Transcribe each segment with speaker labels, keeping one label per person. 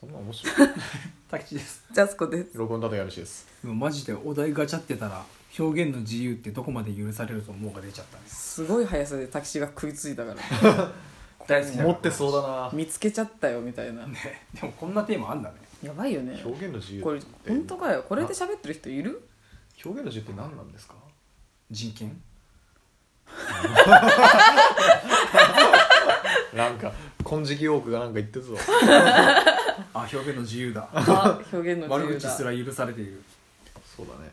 Speaker 1: そんな面白い
Speaker 2: 滝地です
Speaker 3: ジャスコです
Speaker 1: 録音だとやるしです
Speaker 2: でもマジでお題ガチャってたら表現の自由ってどこまで許されると思うが出ちゃったんです
Speaker 3: すごい速さでタキシが食いついたから
Speaker 2: 大好きだから
Speaker 1: 持ってそうだな
Speaker 3: 見つけちゃったよみたいな
Speaker 2: ねでもこんなテーマあんだね
Speaker 3: やばいよね
Speaker 1: 表現の自由
Speaker 3: これ本当かよこれで喋ってる人いる
Speaker 1: 表現の自由って何なんですか
Speaker 2: 人権
Speaker 1: なんか金色多くがなんか言ってるぞ
Speaker 2: あ表現の自由だ
Speaker 3: あ表現 の
Speaker 2: 悪
Speaker 3: 自由
Speaker 2: 口す
Speaker 3: だ
Speaker 2: ら許されている
Speaker 1: そうだね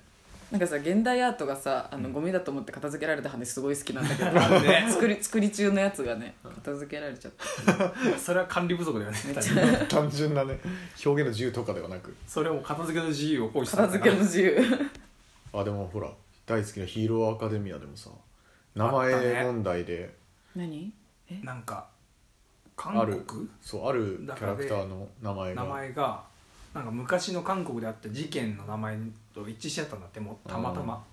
Speaker 3: なんかさ現代アートがさあのゴミだと思って片付けられた話すごい好きなんだけ ど
Speaker 2: ね
Speaker 3: 作り作り中のやつがね片付けられちゃった
Speaker 2: それは管理不足だよね
Speaker 3: めっ
Speaker 2: 単
Speaker 3: ち
Speaker 2: 純に
Speaker 1: 単純なね表現の自由とかではなく
Speaker 2: それはもう片付けの自由を行使
Speaker 3: 片付けの 自由
Speaker 1: あでもほら大好きなヒーローアカデミアでもさ名
Speaker 2: あった
Speaker 1: 前
Speaker 2: ね
Speaker 1: 問題で
Speaker 3: 何え
Speaker 2: なんか韓
Speaker 1: ある
Speaker 2: 国
Speaker 1: そうあるキ
Speaker 2: だ
Speaker 1: ャ
Speaker 2: から
Speaker 1: ラ
Speaker 2: で
Speaker 1: クターの名前が
Speaker 2: 名前がなんか昔の韓国であった事件の名前と一致しちゃったんだってもうたまたま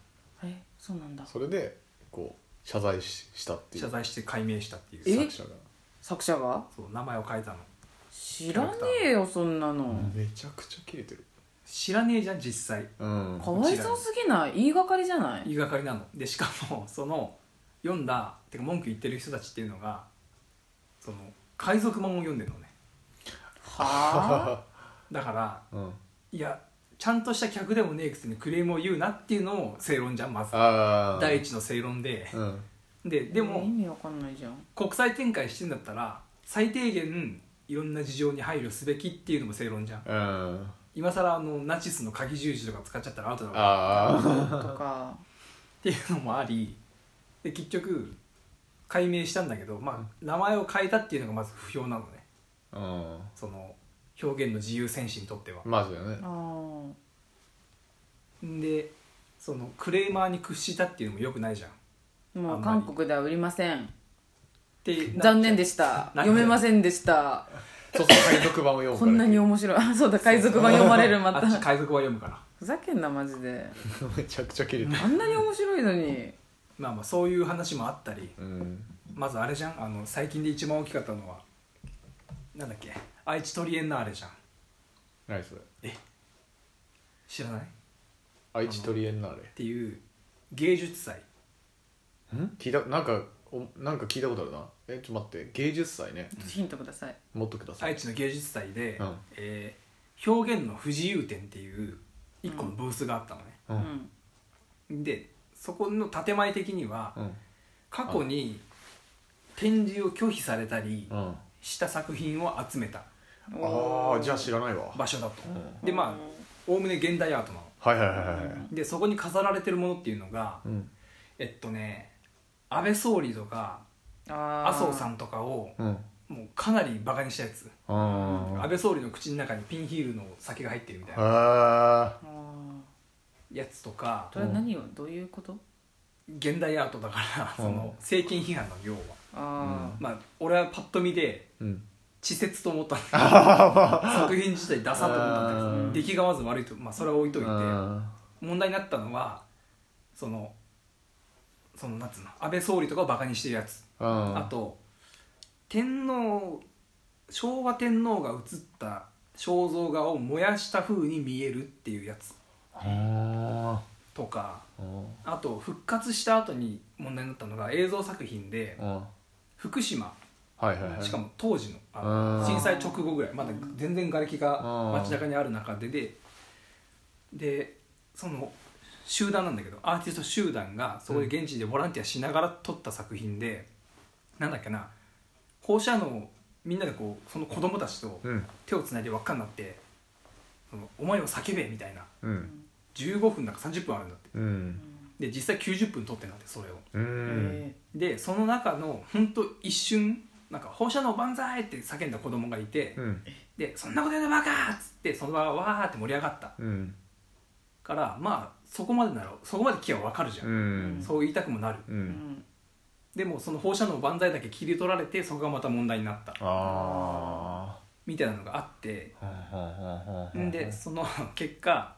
Speaker 3: えそうなんだ
Speaker 1: それでこう謝罪ししたってい
Speaker 2: 謝
Speaker 1: う
Speaker 2: 罪して解明したっていう
Speaker 3: え
Speaker 1: 作者が
Speaker 3: 作者が
Speaker 2: そう名前を変えたの
Speaker 3: 知らねえよそんなの
Speaker 1: めちゃくちゃ切れてる
Speaker 2: 知らねえじゃん実際
Speaker 1: うん
Speaker 3: かわいそうすぎない言いがかりじゃない
Speaker 2: 言いがかりなのでしかも その読んだてか文句言ってる人たちっていうのがその海賊版を読んでるのね
Speaker 3: はあ
Speaker 2: だから
Speaker 1: うん
Speaker 2: いやちゃんとした客でもねえくせにクレームを言うなっていうのを正論じゃんまず
Speaker 1: ああ
Speaker 2: 第一の正論で
Speaker 1: うん
Speaker 2: ででも、
Speaker 3: 意味わかんないじゃん
Speaker 2: 国際展開してんだったら最低限いろんな事情に配慮すべきっていうのも正論じゃん
Speaker 1: うん
Speaker 2: 今更あのナチスの鍵十字とか使っちゃったらアウトだからっ
Speaker 1: あ
Speaker 3: とか
Speaker 2: ていうのもありで結局解明したんだけど、まあ、名前を変えたっていうのがまず不評なのね
Speaker 1: あうん
Speaker 2: その表現の自由戦士にとっては
Speaker 1: マジだよ ね
Speaker 3: あー
Speaker 2: でそのクレーマーに屈したっていうのもよくないじゃんっ
Speaker 3: も
Speaker 2: あん
Speaker 3: う
Speaker 2: まり
Speaker 3: 韓国では売りません
Speaker 2: て
Speaker 3: 残念
Speaker 2: で
Speaker 3: でした
Speaker 2: なんで
Speaker 3: 読めませんでした
Speaker 1: そうそう海賊版を読む
Speaker 3: こ
Speaker 1: から
Speaker 3: んなに面白いあそうだ海賊版読まれるま
Speaker 2: あ
Speaker 3: た
Speaker 2: っち海賊は読むから
Speaker 3: ふざけんなマジで
Speaker 1: めちゃくちゃ切れてる
Speaker 3: あんなに面白いのに
Speaker 2: まあまあそういう話もあったり
Speaker 1: うん
Speaker 2: まずあれじゃんあの最近で一番大きかったのはなんだっけ愛知トリエンナーレじゃん
Speaker 1: 何それ
Speaker 2: 知らないっ
Speaker 1: 愛知トリエンナーレ
Speaker 2: ていう芸術祭
Speaker 1: 聞いたなんかおなんか聞いたことあるなえちょっと待って芸術祭ね
Speaker 3: ヒントください
Speaker 1: もっとください
Speaker 2: 愛知の芸術祭で、
Speaker 1: うん
Speaker 2: えー表現の不自由展っていう一個のブースがあったのね、
Speaker 1: う
Speaker 3: うんん
Speaker 2: でそこの建前的には
Speaker 1: うん
Speaker 2: 過去に展示を拒否されたり
Speaker 1: うん
Speaker 2: した作品を集めた
Speaker 1: ああじゃあ
Speaker 3: あ
Speaker 1: 知らないわ
Speaker 2: 場所だと
Speaker 1: うん
Speaker 2: でまおおむね現代アートなの
Speaker 1: はいはいはいはい
Speaker 2: でそこに飾られてるものっていうのが
Speaker 1: うん
Speaker 2: えっとね安倍総理とか
Speaker 3: あ
Speaker 2: 麻生さ
Speaker 3: ん
Speaker 2: んとかを
Speaker 1: うん
Speaker 2: もうかなりバカにしたやつ
Speaker 1: うん
Speaker 2: 安倍総理の口の中にピンヒールの酒が入ってるみたいな
Speaker 1: あ
Speaker 2: やつとか
Speaker 3: それは何をどういうこと
Speaker 2: 現代アートだから
Speaker 1: う
Speaker 2: そ
Speaker 1: ん
Speaker 2: の政権批判の要は
Speaker 3: あ
Speaker 2: まあ俺はパッと見で
Speaker 1: ーうん
Speaker 2: 稚拙と 思ったんだけど作品自体ダサと思ったんだけ
Speaker 1: う
Speaker 2: ど
Speaker 1: ん
Speaker 2: 出来がまず悪いとまあそれは置いといて
Speaker 1: うん
Speaker 2: 問題になったのはそのそのなんつうの安倍総理とかをバカにしてるやつ
Speaker 1: うん
Speaker 2: あと天皇昭和天皇が写った肖像画を燃やした風に見えるっていうやつ
Speaker 1: あ
Speaker 2: とか
Speaker 1: ーうん
Speaker 2: あと復活した後に問題になったのが映像作品で
Speaker 1: うんは
Speaker 2: 福島
Speaker 1: いはいはい
Speaker 2: しかも当時のあ
Speaker 1: うん
Speaker 2: の震災直後ぐらいまだ全然瓦礫が
Speaker 1: うん
Speaker 2: 街中にある中でででその集団なんだけどアーティスト集団がそこで現地でボランティアしながら撮った作品で、なんだっけな放射能をみんなでこうその子供たちと
Speaker 1: うん
Speaker 2: 手をつないで輪っかになって「そのお前を叫べ」みたいな
Speaker 1: う
Speaker 3: あ
Speaker 1: ん
Speaker 2: 15分なんか30分あるんだって
Speaker 1: うん
Speaker 2: で実際90分撮ってんだってそれを
Speaker 1: う
Speaker 3: うんん
Speaker 2: でその中のほんと一瞬なんか放射能万歳って叫んだ子供がいて、
Speaker 1: うん
Speaker 2: で「そんなことやるバカ!」っつってその場がわーって盛り上がった
Speaker 1: うん
Speaker 2: からまあそこまでならそこまで聞けばわかるじゃん、
Speaker 1: うん
Speaker 2: そう言いたくもなる
Speaker 1: う
Speaker 3: うんん
Speaker 2: でもその放射能万歳だけ切り取られてそこがまた問題になった
Speaker 1: あ
Speaker 2: みたいなのがあって
Speaker 1: あ
Speaker 2: んでその 結果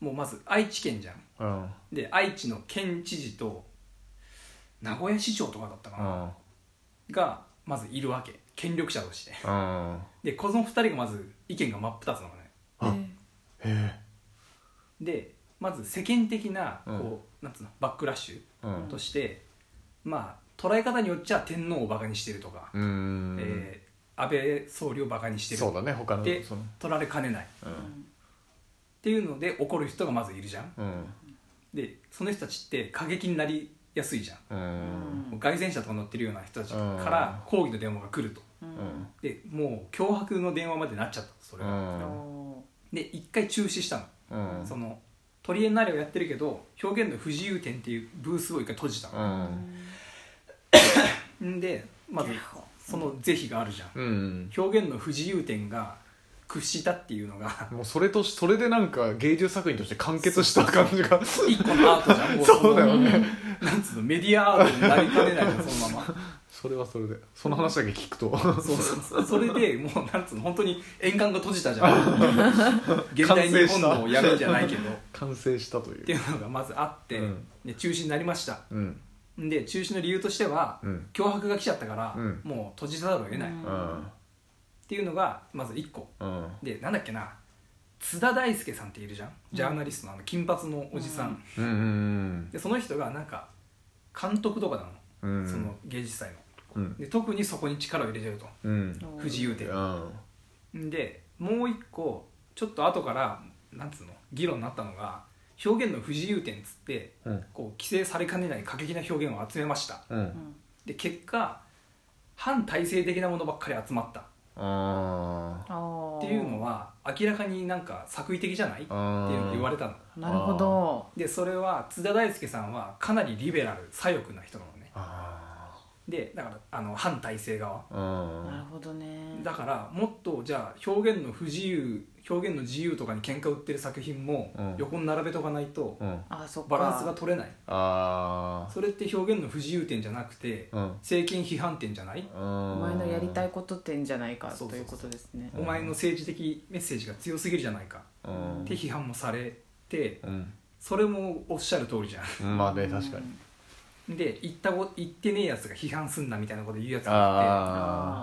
Speaker 2: もうまず愛知県じゃん
Speaker 1: うん
Speaker 2: で愛知の県知事と名古屋市長とかだったか
Speaker 1: う
Speaker 2: な、
Speaker 1: ん
Speaker 2: がまずいるわけ権力者として
Speaker 1: あ
Speaker 2: でこの2人がまず意見が真っ二つなのね
Speaker 1: あ
Speaker 3: えー
Speaker 1: ーへ
Speaker 2: でまず世間的なこう、
Speaker 1: うん
Speaker 2: なんつうのバックラッシ
Speaker 1: えうん
Speaker 2: ュとして、まあ捉え方によっちゃ天皇をバカにしてるとか、
Speaker 1: うーん、
Speaker 2: えー安倍総理をバカにしてる
Speaker 1: そうだね他の
Speaker 2: で
Speaker 1: その
Speaker 2: 取られかねないっ
Speaker 1: うん
Speaker 2: ていうので怒る人がまずいるじゃん
Speaker 1: うん
Speaker 2: でその人たちって過激になりやすいじゃん
Speaker 1: う
Speaker 3: うん
Speaker 1: ん
Speaker 2: もう街宣車とか乗ってるような人たちから抗議の電話が来ると
Speaker 3: うん
Speaker 1: うん
Speaker 2: でもう脅迫の電話までなっちゃったそれ
Speaker 1: う
Speaker 2: が、
Speaker 1: ん
Speaker 2: で一回中止したの、
Speaker 1: うん
Speaker 2: そのトリエンナーレをやってるけど表現の不自由点っていうブースを一回閉じた
Speaker 1: う
Speaker 2: の、
Speaker 1: ん
Speaker 2: ん、でまずその是非があるじゃん、
Speaker 1: うん
Speaker 2: 表現の不自由点が屈したっていうのが
Speaker 1: もうそれとしそれでなんか芸術作品として完結した感じが
Speaker 2: 一個のアートじゃんもの
Speaker 1: そうだよね
Speaker 2: なんつうのメディアアートになりかねないのそのまま
Speaker 1: それはそれでその話だけ聞くと
Speaker 2: そうそうそうそれでもうなんつうの本当に沿岸が閉じたじゃん現代日本のやるんじゃないけどっ
Speaker 1: 完成したとい
Speaker 2: て
Speaker 1: う
Speaker 2: いうのがまずあって、
Speaker 1: うん
Speaker 2: で中止になりました
Speaker 1: うん
Speaker 2: で中止の理由としては、
Speaker 1: うん
Speaker 2: 脅迫が来ちゃったから、
Speaker 1: うん
Speaker 2: もう閉じざるを得ない、
Speaker 3: う
Speaker 2: っ
Speaker 3: ん
Speaker 1: うん
Speaker 2: ていうのがまず1個
Speaker 1: うん
Speaker 2: でなんだっけな津田大介さんっているじゃんジャーナリストのあの金髪のおじさん、
Speaker 1: うんうん
Speaker 2: でその人がなんか監督とかなの、
Speaker 1: うん
Speaker 2: その芸術祭の
Speaker 1: うん
Speaker 2: で特にそこに力を入れてると
Speaker 1: うん
Speaker 2: 不自由点
Speaker 1: うん
Speaker 2: でもう一個ちょっと後からなんつうの議論になったのが表現の不自由点っつって
Speaker 1: うん
Speaker 2: こう規制されかねない過激な表現を集めました
Speaker 1: うん
Speaker 2: で結果反体制的なものばっかり集まったっ
Speaker 1: あ
Speaker 2: ていうのは明らかになんか作為的じゃないっていう
Speaker 1: あ
Speaker 2: の言われたの
Speaker 3: なるほど
Speaker 2: でそれは津田大介さんはかなりリベラル左翼な人なのね
Speaker 1: あ
Speaker 2: でだからあの反体制側
Speaker 1: あうん
Speaker 3: なるほどね
Speaker 2: だからもっとじゃあ表現の不自由表現の自由とかに喧嘩売ってる作品も
Speaker 1: うん
Speaker 2: 横に並べとかないと
Speaker 1: うん
Speaker 3: あそっか
Speaker 2: バランスが取れない
Speaker 1: ああ
Speaker 2: それって表現の不自由点じゃなくて
Speaker 1: うん
Speaker 2: 政権批判点じゃない
Speaker 3: お前のやりた
Speaker 1: い
Speaker 3: いことってんじゃないか
Speaker 2: そう
Speaker 3: と
Speaker 2: そう
Speaker 3: い
Speaker 2: そう
Speaker 3: うことですね
Speaker 2: お前の政治的メッセージが強すぎるじゃないか
Speaker 1: うん
Speaker 2: って批判もされて
Speaker 1: うん
Speaker 2: それもおっしゃる通りじゃ
Speaker 1: まあね確かに
Speaker 2: んで言ったこ言ってねえやつが批判すんなみたいなこと言うやつがあっ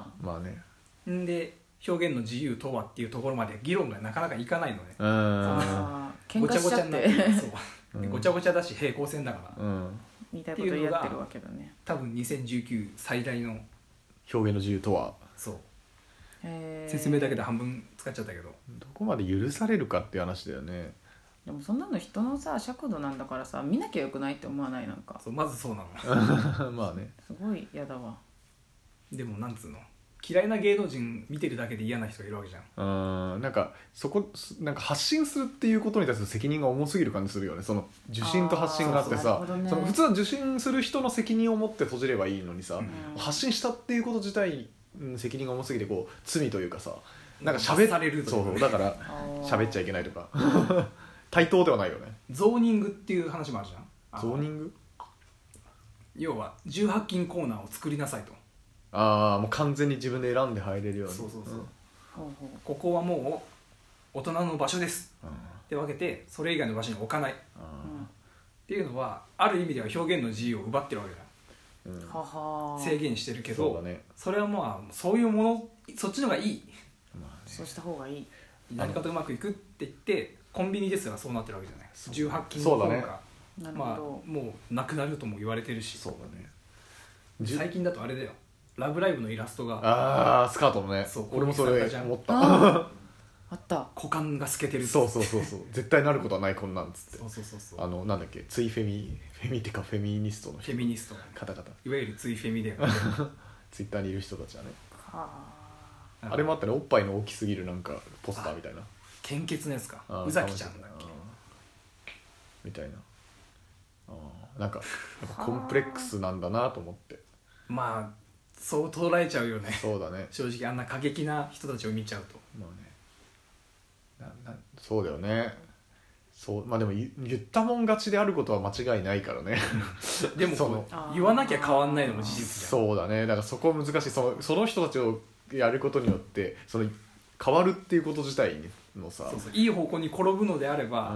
Speaker 1: ああまあね
Speaker 2: てんで表現の自由とはっていうところまで議論がなかなかいかないのね
Speaker 1: う
Speaker 3: うん
Speaker 1: ん
Speaker 3: あー喧
Speaker 2: ご
Speaker 3: 嘩
Speaker 2: ちゃ
Speaker 3: し
Speaker 2: ご
Speaker 3: ち
Speaker 2: ち
Speaker 3: ゃ
Speaker 2: ゃ
Speaker 3: っ
Speaker 2: になっててそう
Speaker 1: うん
Speaker 2: でごちゃごちゃだし平行線だから
Speaker 1: うん
Speaker 3: 言いたいこと言い合ってるわけだね
Speaker 2: 多分2019最大の
Speaker 1: 表現の自由とは
Speaker 2: そう
Speaker 3: へー
Speaker 2: 説明だけで半分使っちゃったけど
Speaker 1: どこまで許されるかっていう話だよね
Speaker 3: でもそんなの人のさ尺度なんだからさ見なきゃよくないって思わないなんか
Speaker 2: そうまずそうなの
Speaker 1: まあね
Speaker 3: すごい嫌だわ
Speaker 2: でもなんつうの嫌いな芸能人見てるだけで嫌な人がいるわけじゃん
Speaker 1: うんなんかそこすなんか発信するっていうことに対する責任が重すぎる感じするよねその受信と発信があって
Speaker 3: あー
Speaker 1: さ
Speaker 3: そうそうなるほどね
Speaker 1: その普通は受信する人の責任を持って閉じればいいのにさ、
Speaker 2: うん
Speaker 1: 発信したっていうこと自体うん責任が重すぎてこう罪というかさなんか
Speaker 2: 罰
Speaker 1: 喋
Speaker 2: されると
Speaker 1: そ
Speaker 2: いうう
Speaker 1: そうだから喋っちゃいけ
Speaker 3: け
Speaker 1: ないとか 対等ではないよね
Speaker 2: ゾーニングっていう話もあるじゃんあの
Speaker 1: ゾーニング
Speaker 2: 要は18禁コーナーを作りなさいと
Speaker 1: ああもう完全に自分で選んで入れるように
Speaker 2: そうそうそう、
Speaker 3: ほうほ
Speaker 2: ここはもう大人の場所です
Speaker 1: うん
Speaker 2: って分けてそれ以外の場所に置かないっ
Speaker 3: う、
Speaker 1: あ
Speaker 3: う
Speaker 2: ていうのはある意味では表現の自由を奪ってるわけじゃ
Speaker 1: ーうん
Speaker 3: ん、はは
Speaker 2: ん制限してるけ
Speaker 1: そう
Speaker 2: ど
Speaker 1: だね
Speaker 2: それはまあそういうものそっちの方がいい
Speaker 1: まあね
Speaker 3: そうした方がいい
Speaker 2: 何かとうまくいくって言ってコンビニですらそうなってるわけじゃない
Speaker 1: そう
Speaker 2: 18禁
Speaker 1: そう
Speaker 2: の
Speaker 1: だ
Speaker 2: 方
Speaker 1: ね
Speaker 2: が、
Speaker 3: なる
Speaker 2: ま
Speaker 3: ほ
Speaker 2: あ
Speaker 3: ど、
Speaker 2: もうなくなるとも言われてるし
Speaker 1: そうだねじゅ
Speaker 2: 最近だとあれだよ「ラブライブ!」のイラストが
Speaker 1: ああスカートのね
Speaker 2: そう
Speaker 1: 俺もそれ思った
Speaker 3: ああった
Speaker 2: 股間が透けて る
Speaker 1: そうそうそうそう絶対なることはないこんなんつって
Speaker 2: そうそうそうそう
Speaker 1: あのなんだっけついフェミフェミってかフェミニストの
Speaker 2: フ
Speaker 1: 人
Speaker 2: ェミニスト
Speaker 1: 方々
Speaker 2: いわゆるついフェミで
Speaker 1: ツイッターにいる人たちはね
Speaker 3: か
Speaker 1: あれもあったねおっぱいの大きすぎるなんかポスターみたいな
Speaker 2: 献血のやつか
Speaker 1: あー
Speaker 2: 宇崎ちゃんだっ
Speaker 1: かもし
Speaker 2: け
Speaker 1: れないあーみたいなあーなんかやっぱコンプレックスなんだなと思って
Speaker 2: まあそう捉えちゃうよね
Speaker 1: そうだね
Speaker 2: 正直あんな過激な人たちを見ちゃうと
Speaker 1: まあねななそうだよねそうまあでも言言ったもん勝ちであることは間違いないからね
Speaker 2: でも
Speaker 1: そう
Speaker 2: こう言わなきゃ変わんないのも事実じゃん
Speaker 1: そうだねだからそこ難しいそのその人たちをやることによってその変わるっていうこと自体のさ
Speaker 2: そうそういい方向に転ぶのであれば、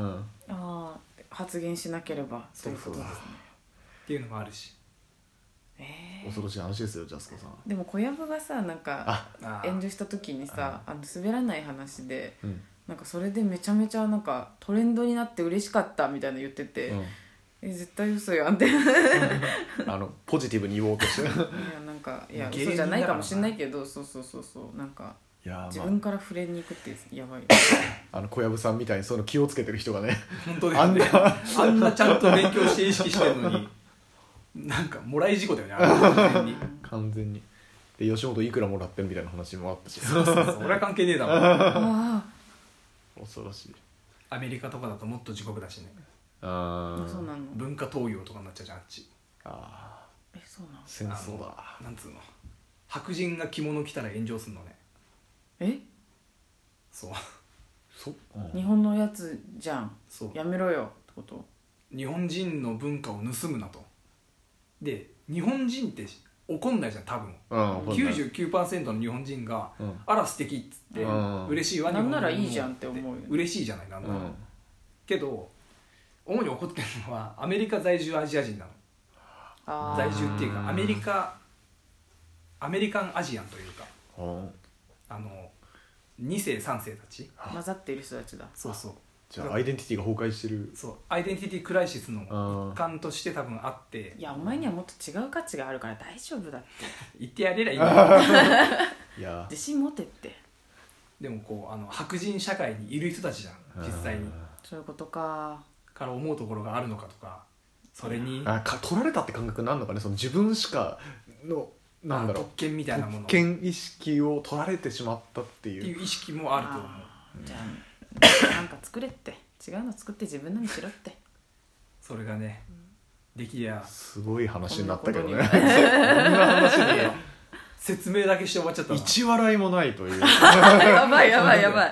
Speaker 2: っ
Speaker 1: ん、
Speaker 3: ああ発言しなければということですね
Speaker 2: ていうのもあるし
Speaker 3: へえ
Speaker 1: 恐ろしい話ですよジャスコさん
Speaker 3: ーでも小籔がさなんか
Speaker 1: あ
Speaker 2: あー
Speaker 3: 炎上した時にさあの滑らない話で
Speaker 1: うん、
Speaker 3: なんかそれでめちゃめちゃなんかトレンドになって嬉しかったみたいなの言ってて、
Speaker 1: う
Speaker 3: え絶対嘘やんっていや
Speaker 1: ん、あのポジティブに言おうと してい
Speaker 3: なんかいや
Speaker 2: 芸人
Speaker 3: 嘘じゃないかもしれないけどそうそうそうそうなんか
Speaker 1: や
Speaker 3: 自
Speaker 1: ー、
Speaker 3: 分
Speaker 1: ま
Speaker 3: から触れに行くってやばい
Speaker 1: あ、あの小籔さんみたいにそういうの気をつけてる人がね
Speaker 2: 本当です
Speaker 1: あん
Speaker 2: ね
Speaker 1: な
Speaker 2: あんなちゃんと勉強して意識してるのになんかもらい事故だよねあのに
Speaker 1: 完全にで吉本いくらもらってるみたいな話もあったし
Speaker 2: そうそうそう俺は関係ねえだろ
Speaker 3: あ
Speaker 1: 恐ろしい
Speaker 2: アメリカとかだともっと地獄だしね
Speaker 1: あ
Speaker 3: あ
Speaker 1: ー
Speaker 3: そうなの
Speaker 2: 文化東洋とかになっちゃうじゃんあっち
Speaker 1: あー
Speaker 3: えそうなの
Speaker 1: 戦争だ
Speaker 2: あのなんつうの白人が着物着たら炎上するのね
Speaker 3: え
Speaker 2: そう
Speaker 1: そ、うん
Speaker 3: 日本のやつじゃん
Speaker 2: そう
Speaker 3: やめろよってこと
Speaker 2: 日本人の文化を盗むなとで日本人って怒んないじゃん多分
Speaker 1: うんわかんない
Speaker 2: 99%の日本人が
Speaker 1: うん
Speaker 2: 「あら素敵っつって
Speaker 1: うん
Speaker 2: 「嬉しいわ」
Speaker 3: なん
Speaker 2: 日本人
Speaker 3: ならいいじゃんって思うよね
Speaker 2: 嬉しいじゃないなん
Speaker 1: う
Speaker 2: なら、
Speaker 1: ん
Speaker 2: けど主に怒ってるのはアメリカ在住アジア人なの
Speaker 3: あ
Speaker 2: 在
Speaker 3: ー
Speaker 2: 住っていう
Speaker 1: うん
Speaker 2: かアメリカアメリカンアジアンというか
Speaker 1: うん
Speaker 2: あの2世3世たち
Speaker 3: 混ざっている人たちだ
Speaker 2: そうそう
Speaker 1: じゃあアイデンティティが崩壊してる
Speaker 2: そうアイデンティティクライシスの
Speaker 1: あ
Speaker 2: 一環として多分あって
Speaker 3: いやお前にはもっと違う価値があるから大丈夫だって
Speaker 2: 言ってやれりゃいいんだけど
Speaker 1: いや
Speaker 3: 自信持てって
Speaker 2: でもこうあの白人社会にいる人たちじゃん
Speaker 1: ー
Speaker 2: 実際に
Speaker 3: そういうことか
Speaker 2: から思うところがあるのかとかそれに
Speaker 1: あか取られたって感覚なんのかねその自分しかのなんだろう
Speaker 2: 特権みたいなも
Speaker 1: 特
Speaker 2: のって
Speaker 1: 権意識を取られてしまったっていう
Speaker 2: いう意識もあると思う
Speaker 3: あーじゃあなんか作れって違うの作って自分のにしろって
Speaker 2: それがねできりゃ
Speaker 1: すごい話になったけど
Speaker 3: こん
Speaker 1: ね
Speaker 3: なこ
Speaker 1: こんな話
Speaker 2: 説明だけして終わっちゃった
Speaker 1: に
Speaker 2: な
Speaker 1: 一笑いもないという
Speaker 3: やばいやばいやばい